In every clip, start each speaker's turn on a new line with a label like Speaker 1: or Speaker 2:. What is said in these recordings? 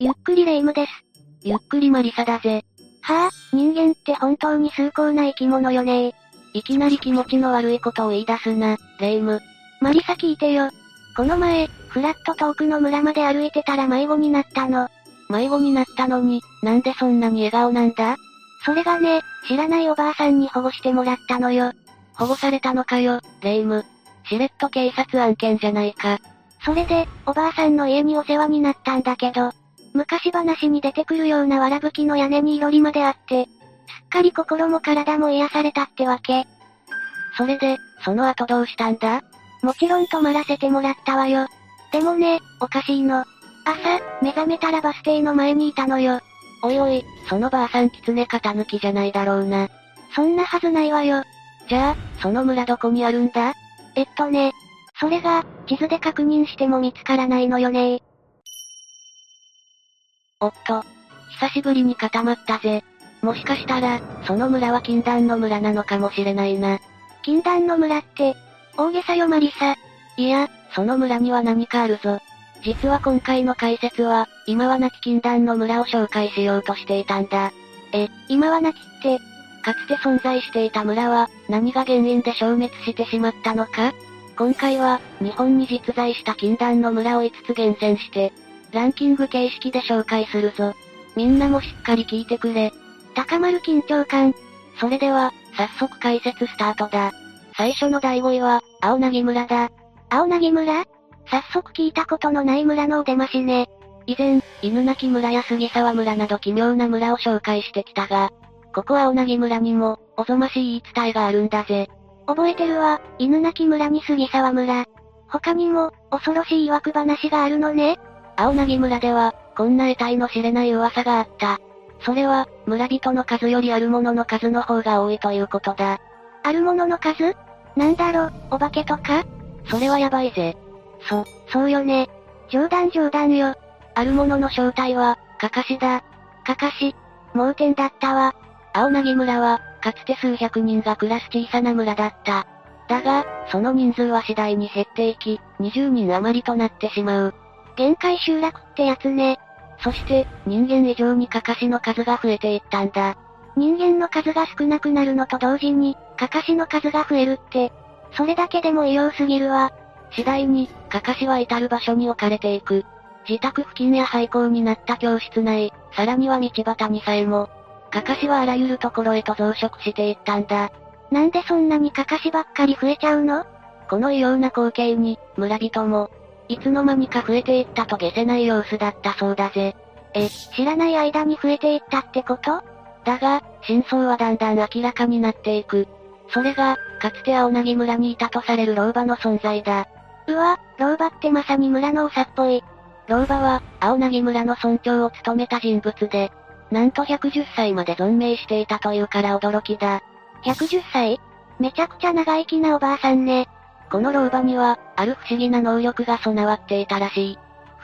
Speaker 1: ゆっくりレ夢ムです。
Speaker 2: ゆっくりマリサだぜ。
Speaker 1: はぁ、あ、人間って本当に崇高な生き物よね
Speaker 2: いきなり気持ちの悪いことを言い出すな、レ夢ム。
Speaker 1: マリサ聞いてよ。この前、フラット遠くの村まで歩いてたら迷子になったの。
Speaker 2: 迷子になったのに、なんでそんなに笑顔なんだ
Speaker 1: それがね、知らないおばあさんに保護してもらったのよ。
Speaker 2: 保護されたのかよ、レ夢ム。しれっと警察案件じゃないか。
Speaker 1: それで、おばあさんの家にお世話になったんだけど、昔話に出てくるようなわらぶきの屋根にいろりまであって、すっかり心も体も癒されたってわけ。
Speaker 2: それで、その後どうしたんだ
Speaker 1: もちろん泊まらせてもらったわよ。でもね、おかしいの。朝、目覚めたらバス停の前にいたのよ。
Speaker 2: おいおい、そのばあさん狐型抜きじゃないだろうな。
Speaker 1: そんなはずないわよ。
Speaker 2: じゃあ、その村どこにあるんだ
Speaker 1: えっとね、それが、地図で確認しても見つからないのよね
Speaker 2: おっと。久しぶりに固まったぜ。もしかしたら、その村は禁断の村なのかもしれないな。
Speaker 1: 禁断の村って、大げさよマリサ。
Speaker 2: いや、その村には何かあるぞ。実は今回の解説は、今はなき禁断の村を紹介しようとしていたんだ。
Speaker 1: え、今はなきって、
Speaker 2: かつて存在していた村は、何が原因で消滅してしまったのか今回は、日本に実在した禁断の村を5つ厳選して、ランキング形式で紹介するぞ。みんなもしっかり聞いてくれ。
Speaker 1: 高まる緊張感。
Speaker 2: それでは、早速解説スタートだ。最初の第5位は、青なぎ村だ。
Speaker 1: 青なぎ村早速聞いたことのない村のお出ましね。
Speaker 2: 以前、犬鳴村や杉沢村など奇妙な村を紹介してきたが、ここ青なぎ村にも、おぞましい言い伝えがあるんだぜ。
Speaker 1: 覚えてるわ、犬鳴村に杉沢村。他にも、恐ろしい曰く話があるのね。
Speaker 2: 青なぎ村では、こんな得体の知れない噂があった。それは、村人の数よりあるものの数の方が多いということだ。
Speaker 1: あるものの数なんだろ、お化けとか
Speaker 2: それはやばいぜ。
Speaker 1: そ、そうよね。冗談冗談よ。
Speaker 2: あるものの正体は、かかしだ。
Speaker 1: かかし。盲点だったわ。
Speaker 2: 青なぎ村は、かつて数百人が暮らす小さな村だった。だが、その人数は次第に減っていき、20人余りとなってしまう。
Speaker 1: 限界集落ってやつね。
Speaker 2: そして、人間以上にカカシの数が増えていったんだ。
Speaker 1: 人間の数が少なくなるのと同時に、カカシの数が増えるって、それだけでも異様すぎるわ。
Speaker 2: 次第に、カカシは至る場所に置かれていく。自宅付近や廃校になった教室内、さらには道端にさえも、カカシはあらゆるところへと増殖していったんだ。
Speaker 1: なんでそんなにカカシばっかり増えちゃうの
Speaker 2: この異様な光景に、村人も、いつの間にか増えていったと下せない様子だったそうだぜ。
Speaker 1: え、知らない間に増えていったってこと
Speaker 2: だが、真相はだんだん明らかになっていく。それが、かつて青なぎ村にいたとされる老婆の存在だ。
Speaker 1: うわ、老婆ってまさに村の長っぽい。
Speaker 2: 老婆は、青なぎ村の村長を務めた人物で、なんと110歳まで存命していたというから驚きだ。
Speaker 1: 110歳めちゃくちゃ長生きなおばあさんね。
Speaker 2: この老婆には、ある不思議な能力が備わっていたらしい。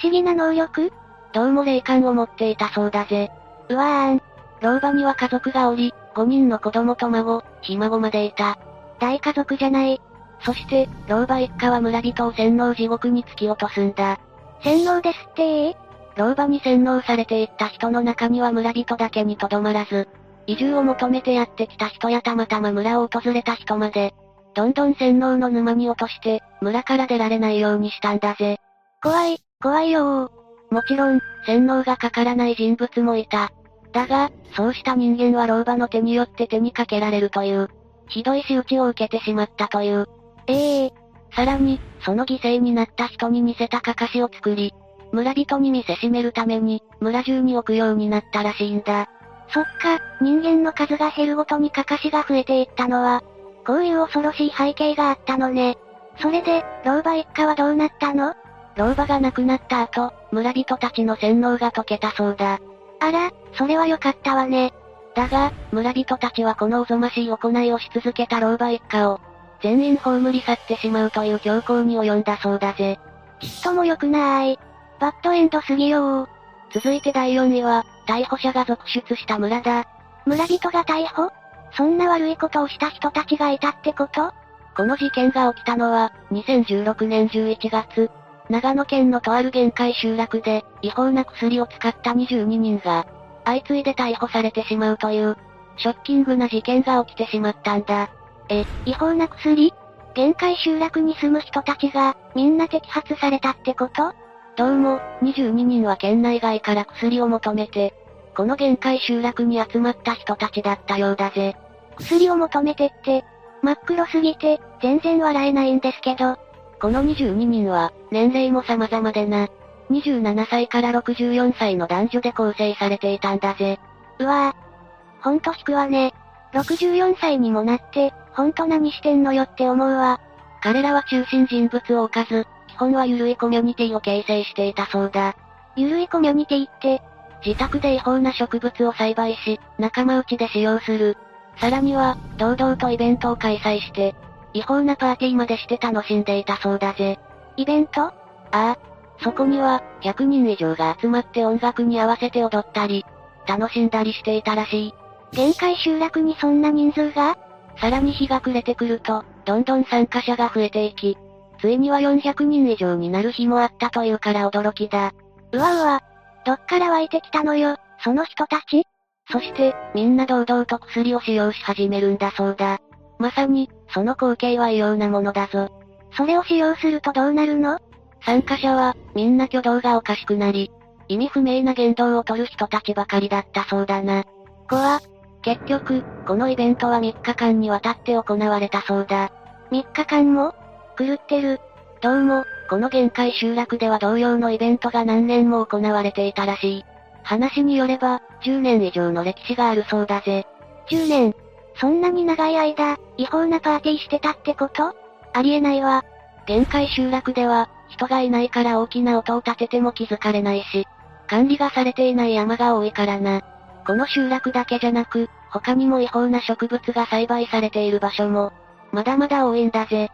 Speaker 1: 不思議な能力
Speaker 2: どうも霊感を持っていたそうだぜ。
Speaker 1: うわーん。
Speaker 2: 老婆には家族がおり、5人の子供と孫、ひ孫までいた。
Speaker 1: 大家族じゃない。
Speaker 2: そして、老婆一家は村人を洗脳地獄に突き落とすんだ。
Speaker 1: 洗脳ですってー
Speaker 2: 老婆に洗脳されていった人の中には村人だけにとどまらず、移住を求めてやってきた人やたまたま村を訪れた人まで、どんどん洗脳の沼に落として、村から出られないようにしたんだぜ。
Speaker 1: 怖い、怖いよ
Speaker 2: もちろん、洗脳がかからない人物もいた。だが、そうした人間は老婆の手によって手にかけられるという、ひどい仕打ちを受けてしまったという。
Speaker 1: ええ
Speaker 2: ー、さらに、その犠牲になった人に似せたかかしを作り、村人に見せしめるために、村中に置くようになったらしいんだ。
Speaker 1: そっか、人間の数が減るごとにかかしが増えていったのは、こういう恐ろしい背景があったのね。それで、老婆一家はどうなったの
Speaker 2: 老婆が亡くなった後、村人たちの洗脳が解けたそうだ。
Speaker 1: あら、それは良かったわね。
Speaker 2: だが、村人たちはこのおぞましい行いをし続けた老婆一家を、全員葬り去ってしまうという強行に及んだそうだぜ。
Speaker 1: ちっとも良くないバッドエンドすぎよ
Speaker 2: 続いて第4位は、逮捕者が続出した村だ。
Speaker 1: 村人が逮捕そんな悪いことをした人たちがいたってこと
Speaker 2: この事件が起きたのは、2016年11月。長野県のとある限界集落で、違法な薬を使った22人が、相次いで逮捕されてしまうという、ショッキングな事件が起きてしまったんだ。
Speaker 1: え、違法な薬限界集落に住む人たちが、みんな摘発されたってこと
Speaker 2: どうも、22人は県内外から薬を求めて、この限界集落に集まった人たちだったようだぜ。
Speaker 1: 薬を求めてって、真っ黒すぎて、全然笑えないんですけど、
Speaker 2: この22人は、年齢も様々でな。27歳から64歳の男女で構成されていたんだぜ。
Speaker 1: うわぁ。ほんと引くわね。64歳にもなって、ほんと何してんのよって思うわ。
Speaker 2: 彼らは中心人物を置かず、基本は緩いコミュニティを形成していたそうだ。
Speaker 1: ゆるいコミュニティって、
Speaker 2: 自宅で違法な植物を栽培し、仲間内で使用する。さらには、堂々とイベントを開催して、違法なパーティーまでして楽しんでいたそうだぜ。
Speaker 1: イベント
Speaker 2: ああ、そこには、100人以上が集まって音楽に合わせて踊ったり、楽しんだりしていたらしい。
Speaker 1: 限界集落にそんな人数が
Speaker 2: さらに日が暮れてくると、どんどん参加者が増えていき、ついには400人以上になる日もあったというから驚きだ。
Speaker 1: うわうわ。どっから湧いてきたのよ、その人たち
Speaker 2: そして、みんな堂々と薬を使用し始めるんだそうだ。まさに、その光景は異様なものだぞ。
Speaker 1: それを使用するとどうなるの
Speaker 2: 参加者は、みんな挙動がおかしくなり、意味不明な言動をとる人たちばかりだったそうだな。
Speaker 1: 怖
Speaker 2: 結局、このイベントは3日間にわたって行われたそうだ。
Speaker 1: 3日間も
Speaker 2: 狂ってる。どうも、この限界集落では同様のイベントが何年も行われていたらしい。話によれば、10年以上の歴史があるそうだぜ。
Speaker 1: 10年。そんなに長い間、違法なパーティーしてたってことありえないわ。
Speaker 2: 限界集落では、人がいないから大きな音を立てても気づかれないし、管理がされていない山が多いからな。この集落だけじゃなく、他にも違法な植物が栽培されている場所も、まだまだ多いんだぜ。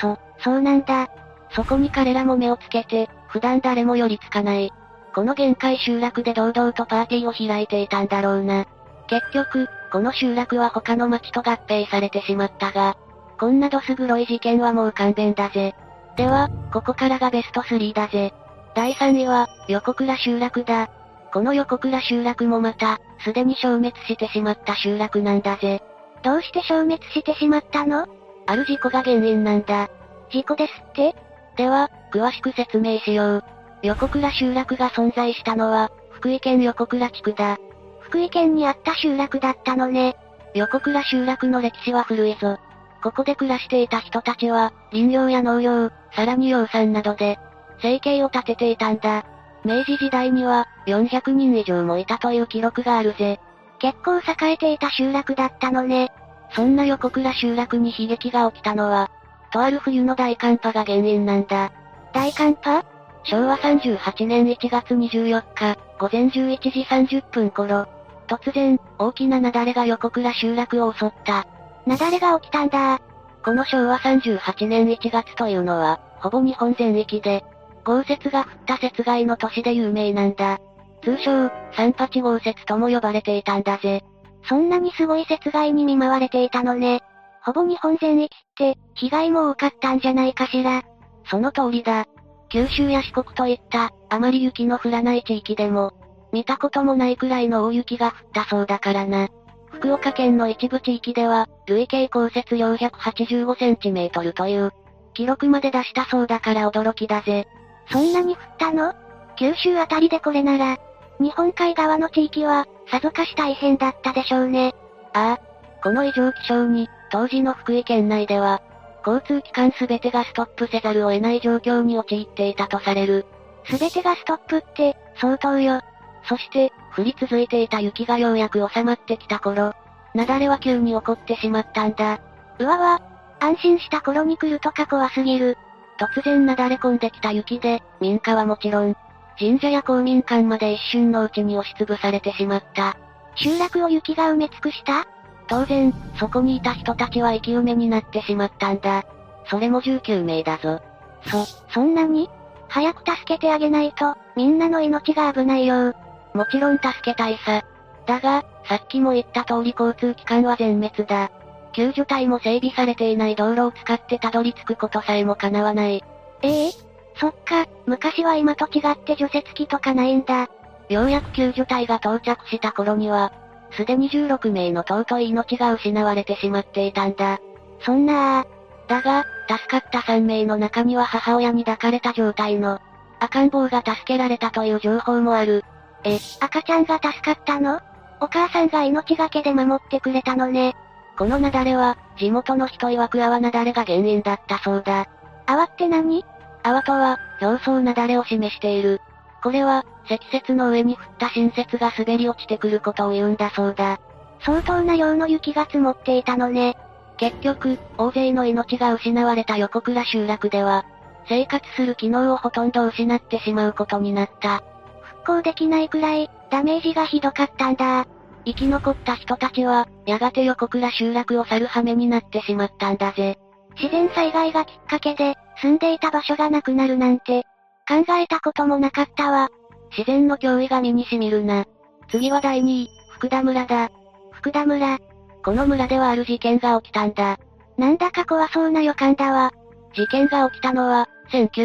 Speaker 1: そ、そうなんだ。
Speaker 2: そこに彼らも目をつけて、普段誰も寄りつかない。この限界集落で堂々とパーティーを開いていたんだろうな。結局、この集落は他の町と合併されてしまったが、こんなどす黒い事件はもう勘弁だぜ。では、ここからがベスト3だぜ。第3位は、横倉集落だ。この横倉集落もまた、すでに消滅してしまった集落なんだぜ。
Speaker 1: どうして消滅してしまったの
Speaker 2: ある事故が原因なんだ。
Speaker 1: 事故ですって
Speaker 2: では、詳しく説明しよう。横倉集落が存在したのは、福井県横倉地区だ。
Speaker 1: 福井県にあった集落だったのね。
Speaker 2: 横倉集落の歴史は古いぞ。ここで暮らしていた人たちは、林業や農業、さらに養蚕などで、生計を立てていたんだ。明治時代には、400人以上もいたという記録があるぜ。
Speaker 1: 結構栄えていた集落だったのね。
Speaker 2: そんな横倉集落に悲劇が起きたのは、とある冬の大寒波が原因なんだ。
Speaker 1: 大寒波
Speaker 2: 昭和38年1月24日、午前11時30分頃、突然、大きな雪崩が横倉集落を襲った。
Speaker 1: 雪崩が起きたんだ。
Speaker 2: この昭和38年1月というのは、ほぼ日本全域で、豪雪が降った雪害の年で有名なんだ。通称、三八豪雪とも呼ばれていたんだぜ。
Speaker 1: そんなにすごい雪害に見舞われていたのね。ほぼ日本全域って、被害も多かったんじゃないかしら。
Speaker 2: その通りだ。九州や四国といった、あまり雪の降らない地域でも、見たこともないくらいの大雪が降ったそうだからな。福岡県の一部地域では、累計降雪量185センチメートルという、記録まで出したそうだから驚きだぜ。
Speaker 1: そんなに降ったの九州あたりでこれなら、日本海側の地域は、さぞかし大変だったでしょうね。
Speaker 2: ああ、この異常気象に、当時の福井県内では、交通機関すべてがストップせざるを得ない状況に陥っていたとされる。
Speaker 1: すべてがストップって、相当よ。
Speaker 2: そして、降り続いていた雪がようやく収まってきた頃、雪崩は急に起こってしまったんだ。
Speaker 1: うわわ。安心した頃に来るとか怖すぎる。
Speaker 2: 突然なだれ込んできた雪で、民家はもちろん、神社や公民館まで一瞬のうちに押しつぶされてしまった。
Speaker 1: 集落を雪が埋め尽くした
Speaker 2: 当然、そこにいた人たちは生き埋めになってしまったんだ。それも19名だぞ。
Speaker 1: そ、そんなに早く助けてあげないと、みんなの命が危ないよ。
Speaker 2: もちろん助けたいさ。だが、さっきも言った通り交通機関は全滅だ。救助隊も整備されていない道路を使ってたどり着くことさえも叶わない。
Speaker 1: ええそっか、昔は今と違って除雪機とかないんだ。
Speaker 2: ようやく救助隊が到着した頃には、すでに16名の尊い命が失われてしまっていたんだ。
Speaker 1: そんなあ
Speaker 2: だが、助かった3名の中には母親に抱かれた状態の、赤ん坊が助けられたという情報もある。
Speaker 1: え、赤ちゃんが助かったのお母さんが命がけで守ってくれたのね。
Speaker 2: この雪崩は、地元の人曰く泡雪崩が原因だったそうだ。
Speaker 1: 泡って何
Speaker 2: 泡とは、表層雪崩を示している。これは、積雪の上に降った新雪が滑り落ちてくることを言うんだそうだ。
Speaker 1: 相当な量の雪が積もっていたのね。
Speaker 2: 結局、大勢の命が失われた横倉集落では、生活する機能をほとんど失ってしまうことになった。
Speaker 1: 復興できないくらい、ダメージがひどかったんだ。
Speaker 2: 生き残った人たちは、やがて横倉集落を去る羽目になってしまったんだぜ。
Speaker 1: 自然災害がきっかけで、住んでいた場所がなくなるなんて、考えたこともなかったわ。
Speaker 2: 自然の脅威が身に染みるな。次は第2位、福田村だ。
Speaker 1: 福田村。
Speaker 2: この村ではある事件が起きたんだ。
Speaker 1: なんだか怖そうな予感だわ。
Speaker 2: 事件が起きたのは、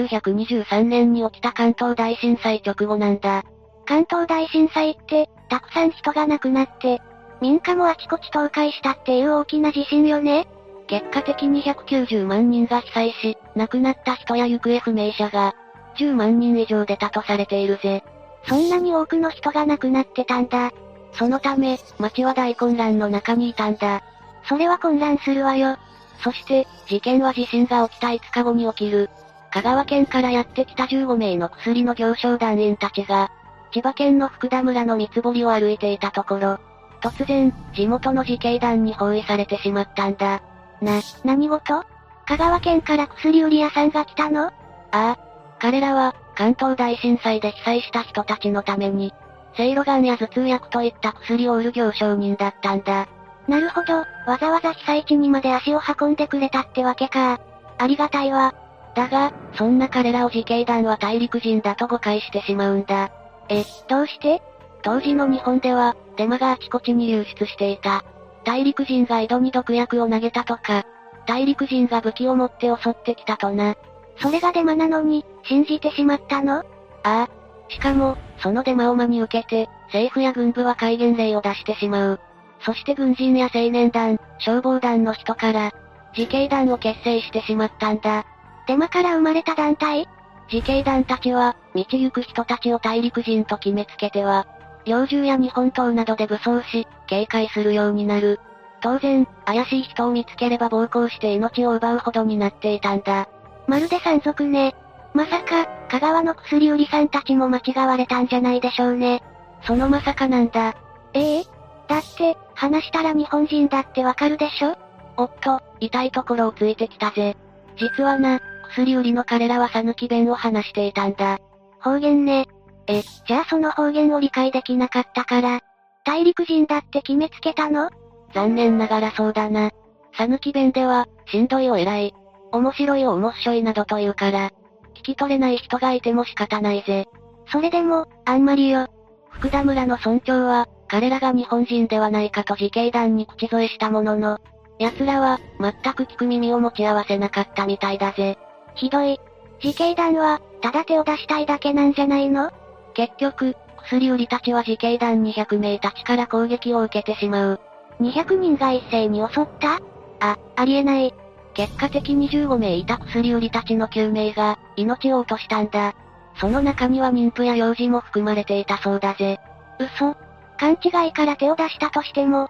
Speaker 2: 1923年に起きた関東大震災直後なんだ。
Speaker 1: 関東大震災って、たくさん人が亡くなって、民家もあちこち倒壊したっていう大きな地震よね。
Speaker 2: 結果的に190万人が被災し、亡くなった人や行方不明者が、10万人以上出たとされているぜ。
Speaker 1: そんなに多くの人が亡くなってたんだ。
Speaker 2: そのため、町は大混乱の中にいたんだ。
Speaker 1: それは混乱するわよ。
Speaker 2: そして、事件は地震が起きた5日後に起きる。香川県からやってきた15名の薬の行商団員たちが、千葉県の福田村の三つ堀を歩いていたところ、突然、地元の自警団に包囲されてしまったんだ。
Speaker 1: な、何事香川県から薬売り屋さんが来たのあ
Speaker 2: あ。彼らは、関東大震災で被災した人たちのために、セイロガンや頭痛薬といった薬を売る行商人だったんだ。
Speaker 1: なるほど、わざわざ被災地にまで足を運んでくれたってわけか。ありがたいわ。
Speaker 2: だが、そんな彼らを自警団は大陸人だと誤解してしまうんだ。
Speaker 1: え、どうして
Speaker 2: 当時の日本では、デマがあちこちに流出していた。大陸人が井戸に毒薬を投げたとか、大陸人が武器を持って襲ってきたとな。
Speaker 1: それがデマなのに、信じてしまったのあ
Speaker 2: あ。しかも、そのデマを真に受けて、政府や軍部は戒厳令を出してしまう。そして軍人や青年団、消防団の人から、自警団を結成してしまったんだ。
Speaker 1: デマから生まれた団体
Speaker 2: 自警団たちは、道行く人たちを大陸人と決めつけては、猟銃や日本刀などで武装し、警戒するようになる。当然、怪しい人を見つければ暴行して命を奪うほどになっていたんだ。
Speaker 1: まるで山賊ね。まさか、香川の薬売りさんたちも間違われたんじゃないでしょうね。
Speaker 2: そのまさかなんだ。
Speaker 1: ええだって、話したら日本人だってわかるでしょ
Speaker 2: おっと、痛いところをついてきたぜ。実はな、薬売りの彼らは讃岐弁を話していたんだ。
Speaker 1: 方言ね。え、じゃあその方言を理解できなかったから、大陸人だって決めつけたの
Speaker 2: 残念ながらそうだな。讃岐弁では、しんどいを偉い、面白いを面白いなどと言うから、聞き取れない人がいても仕方ないぜ。
Speaker 1: それでも、あんまりよ。
Speaker 2: 福田村の村長は、彼らが日本人ではないかと自警団に口添えしたものの、奴らは、全く聞く耳を持ち合わせなかったみたいだぜ。
Speaker 1: ひどい。自警団は、ただ手を出したいだけなんじゃないの
Speaker 2: 結局、薬売りたちは自警団200名たちから攻撃を受けてしまう。
Speaker 1: 200人が一斉に襲った
Speaker 2: あ、ありえない。結果的に15名いた薬売りたちの9名が、命を落としたんだ。その中には妊婦や幼児も含まれていたそうだぜ。
Speaker 1: 嘘勘違いから手を出したとしても、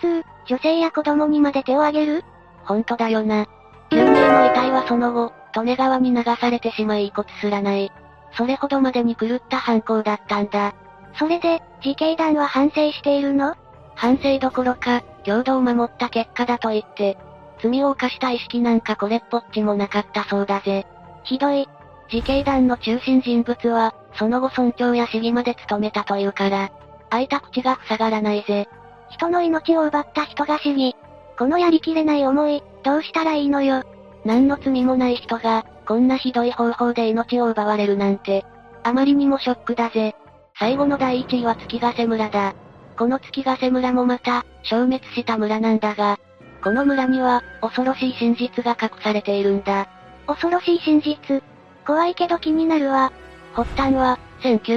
Speaker 1: 普通、女性や子供にまで手を挙げる
Speaker 2: ほんとだよな。9名の遺体はその後、利根川に流されてしまい遺骨すらない。それほどまでに狂った犯行だったんだ。
Speaker 1: それで、自警団は反省しているの
Speaker 2: 反省どころか、領土を守った結果だと言って、罪を犯した意識なんかこれっぽっちもなかったそうだぜ。
Speaker 1: ひどい。
Speaker 2: 自警団の中心人物は、その後村長や市議まで務めたというから、開いた口が塞がらないぜ。
Speaker 1: 人の命を奪った人が市議。このやりきれない思い、どうしたらいいのよ。
Speaker 2: 何の罪もない人が、こんなひどい方法で命を奪われるなんて、あまりにもショックだぜ。最後の第1位は月ヶ瀬村だ。この月ヶ瀬村もまた、消滅した村なんだが、この村には、恐ろしい真実が隠されているんだ。
Speaker 1: 恐ろしい真実怖いけど気になるわ。
Speaker 2: 発端は、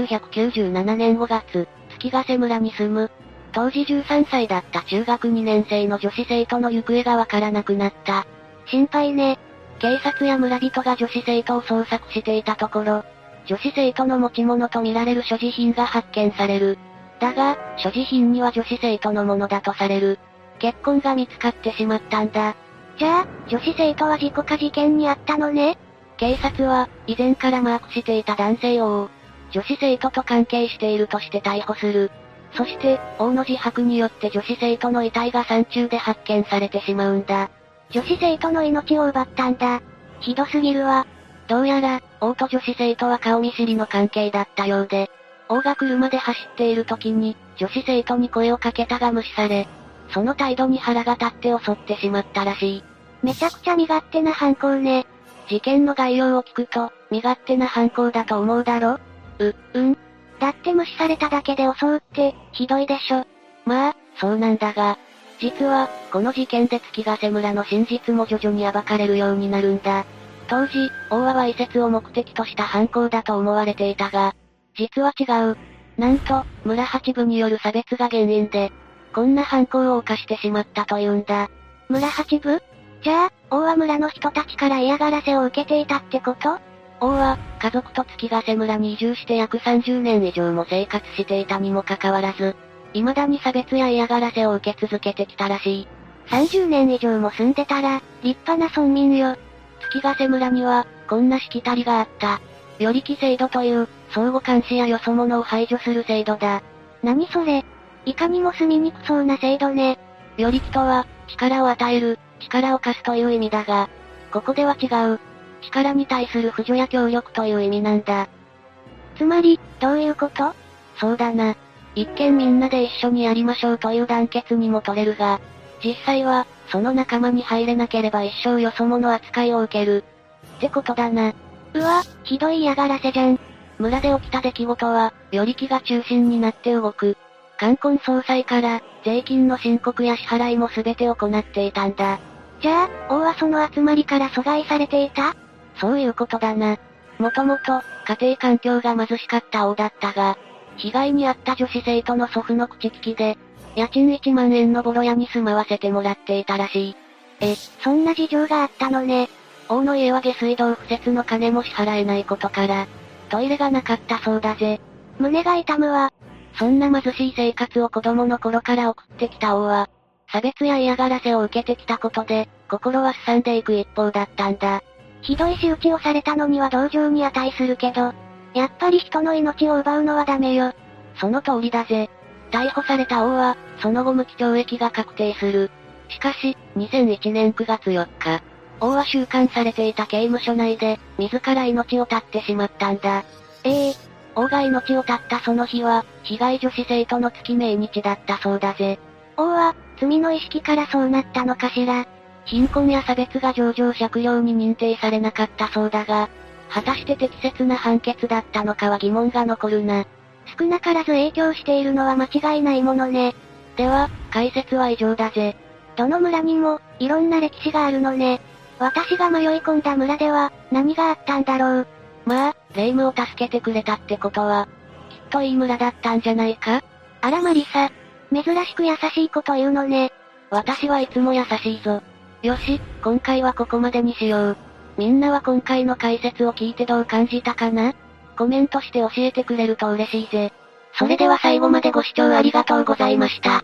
Speaker 2: 1997年5月、月ヶ瀬村に住む、当時13歳だった中学2年生の女子生徒の行方がわからなくなった。
Speaker 1: 心配ね。
Speaker 2: 警察や村人が女子生徒を捜索していたところ、女子生徒の持ち物とみられる所持品が発見される。だが、所持品には女子生徒のものだとされる。血痕が見つかってしまったんだ。
Speaker 1: じゃあ、女子生徒は事故か事件にあったのね。
Speaker 2: 警察は、以前からマークしていた男性を、女子生徒と関係しているとして逮捕する。そして、王の自白によって女子生徒の遺体が山中で発見されてしまうんだ。
Speaker 1: 女子生徒の命を奪ったんだ。ひどすぎるわ。
Speaker 2: どうやら、王と女子生徒は顔見知りの関係だったようで、王が車で走っている時に、女子生徒に声をかけたが無視され、その態度に腹が立って襲ってしまったらしい。
Speaker 1: めちゃくちゃ身勝手な犯行ね。
Speaker 2: 事件の概要を聞くと、身勝手な犯行だと思うだろう、うん。
Speaker 1: だって無視されただけで襲うって、ひどいでしょ。
Speaker 2: まあ、そうなんだが、実は、この事件で月ヶ瀬村の真実も徐々に暴かれるようになるんだ。当時、王はわいせつを目的とした犯行だと思われていたが、実は違う。なんと、村八部による差別が原因で、こんな犯行を犯してしまったというんだ。
Speaker 1: 村八部じゃあ、王は村の人たちから嫌がらせを受けていたってこと
Speaker 2: 王は、家族と月ヶ瀬村に移住して約30年以上も生活していたにもかかわらず、未だに差別や嫌がらせを受け続けてきたらしい。
Speaker 1: ?30 年以上も住んでたら、立派な村民よ。
Speaker 2: 月ヶ瀬村には、こんなしきたりがあった。より規制度という、相互監視やよそ者を排除する制度だ。
Speaker 1: 何それいかにも住みにくそうな制度ね。
Speaker 2: よりきとは、力を与える、力を貸すという意味だが、ここでは違う。力に対する扶助や協力という意味なんだ。
Speaker 1: つまり、どういうこと
Speaker 2: そうだな。一見みんなで一緒にやりましょうという団結にも取れるが、実際は、その仲間に入れなければ一生よそ者扱いを受ける。ってことだな。
Speaker 1: うわ、ひどい嫌がらせじゃん。
Speaker 2: 村で起きた出来事は、より気が中心になって動く。冠婚葬祭から、税金の申告や支払いも全て行っていたんだ。
Speaker 1: じゃあ、王はその集まりから阻害されていた
Speaker 2: そういうことだな。もともと、家庭環境が貧しかった王だったが、被害に遭った女子生徒の祖父の口利きで、家賃1万円のボロ屋に住まわせてもらっていたらしい。
Speaker 1: そんな事情があったのね。
Speaker 2: 王の家は下水道敷設の金も支払えないことから、トイレがなかったそうだぜ。
Speaker 1: 胸が痛むわ。
Speaker 2: そんな貧しい生活を子供の頃から送ってきた王は、差別や嫌がらせを受けてきたことで、心はすさんでいく一方だったんだ。
Speaker 1: ひどい仕打ちをされたのには同情に値するけど、やっぱり人の命を奪うのはダメよ。
Speaker 2: その通りだぜ。逮捕された王は、その後無期懲役が確定する。しかし、2001年9月4日、王は収監されていた刑務所内で、自ら命を絶ってしまったんだ。
Speaker 1: ええ
Speaker 2: 王が命を絶ったその日は、被害女子生徒の月命日だったそうだぜ。
Speaker 1: 王は、罪の意識からそうなったのかしら。
Speaker 2: 貧困や差別が上場借用に認定されなかったそうだが、果たして適切な判決だったのかは疑問が残るな。
Speaker 1: 少なからず影響しているのは間違いないものね。
Speaker 2: では、解説は以上だぜ。
Speaker 1: どの村にも、いろんな歴史があるのね。私が迷い込んだ村では、何があったんだろう。
Speaker 2: まあ、霊夢を助けてくれたってことは、きっといい村だったんじゃないか
Speaker 1: あらマリサ。珍しく優しいこと言うのね。
Speaker 2: 私はいつも優しいぞ。よし、今回はここまでにしよう。みんなは今回の解説を聞いてどう感じたかなコメントして教えてくれると嬉しいぜ。それでは最後までご視聴ありがとうございました。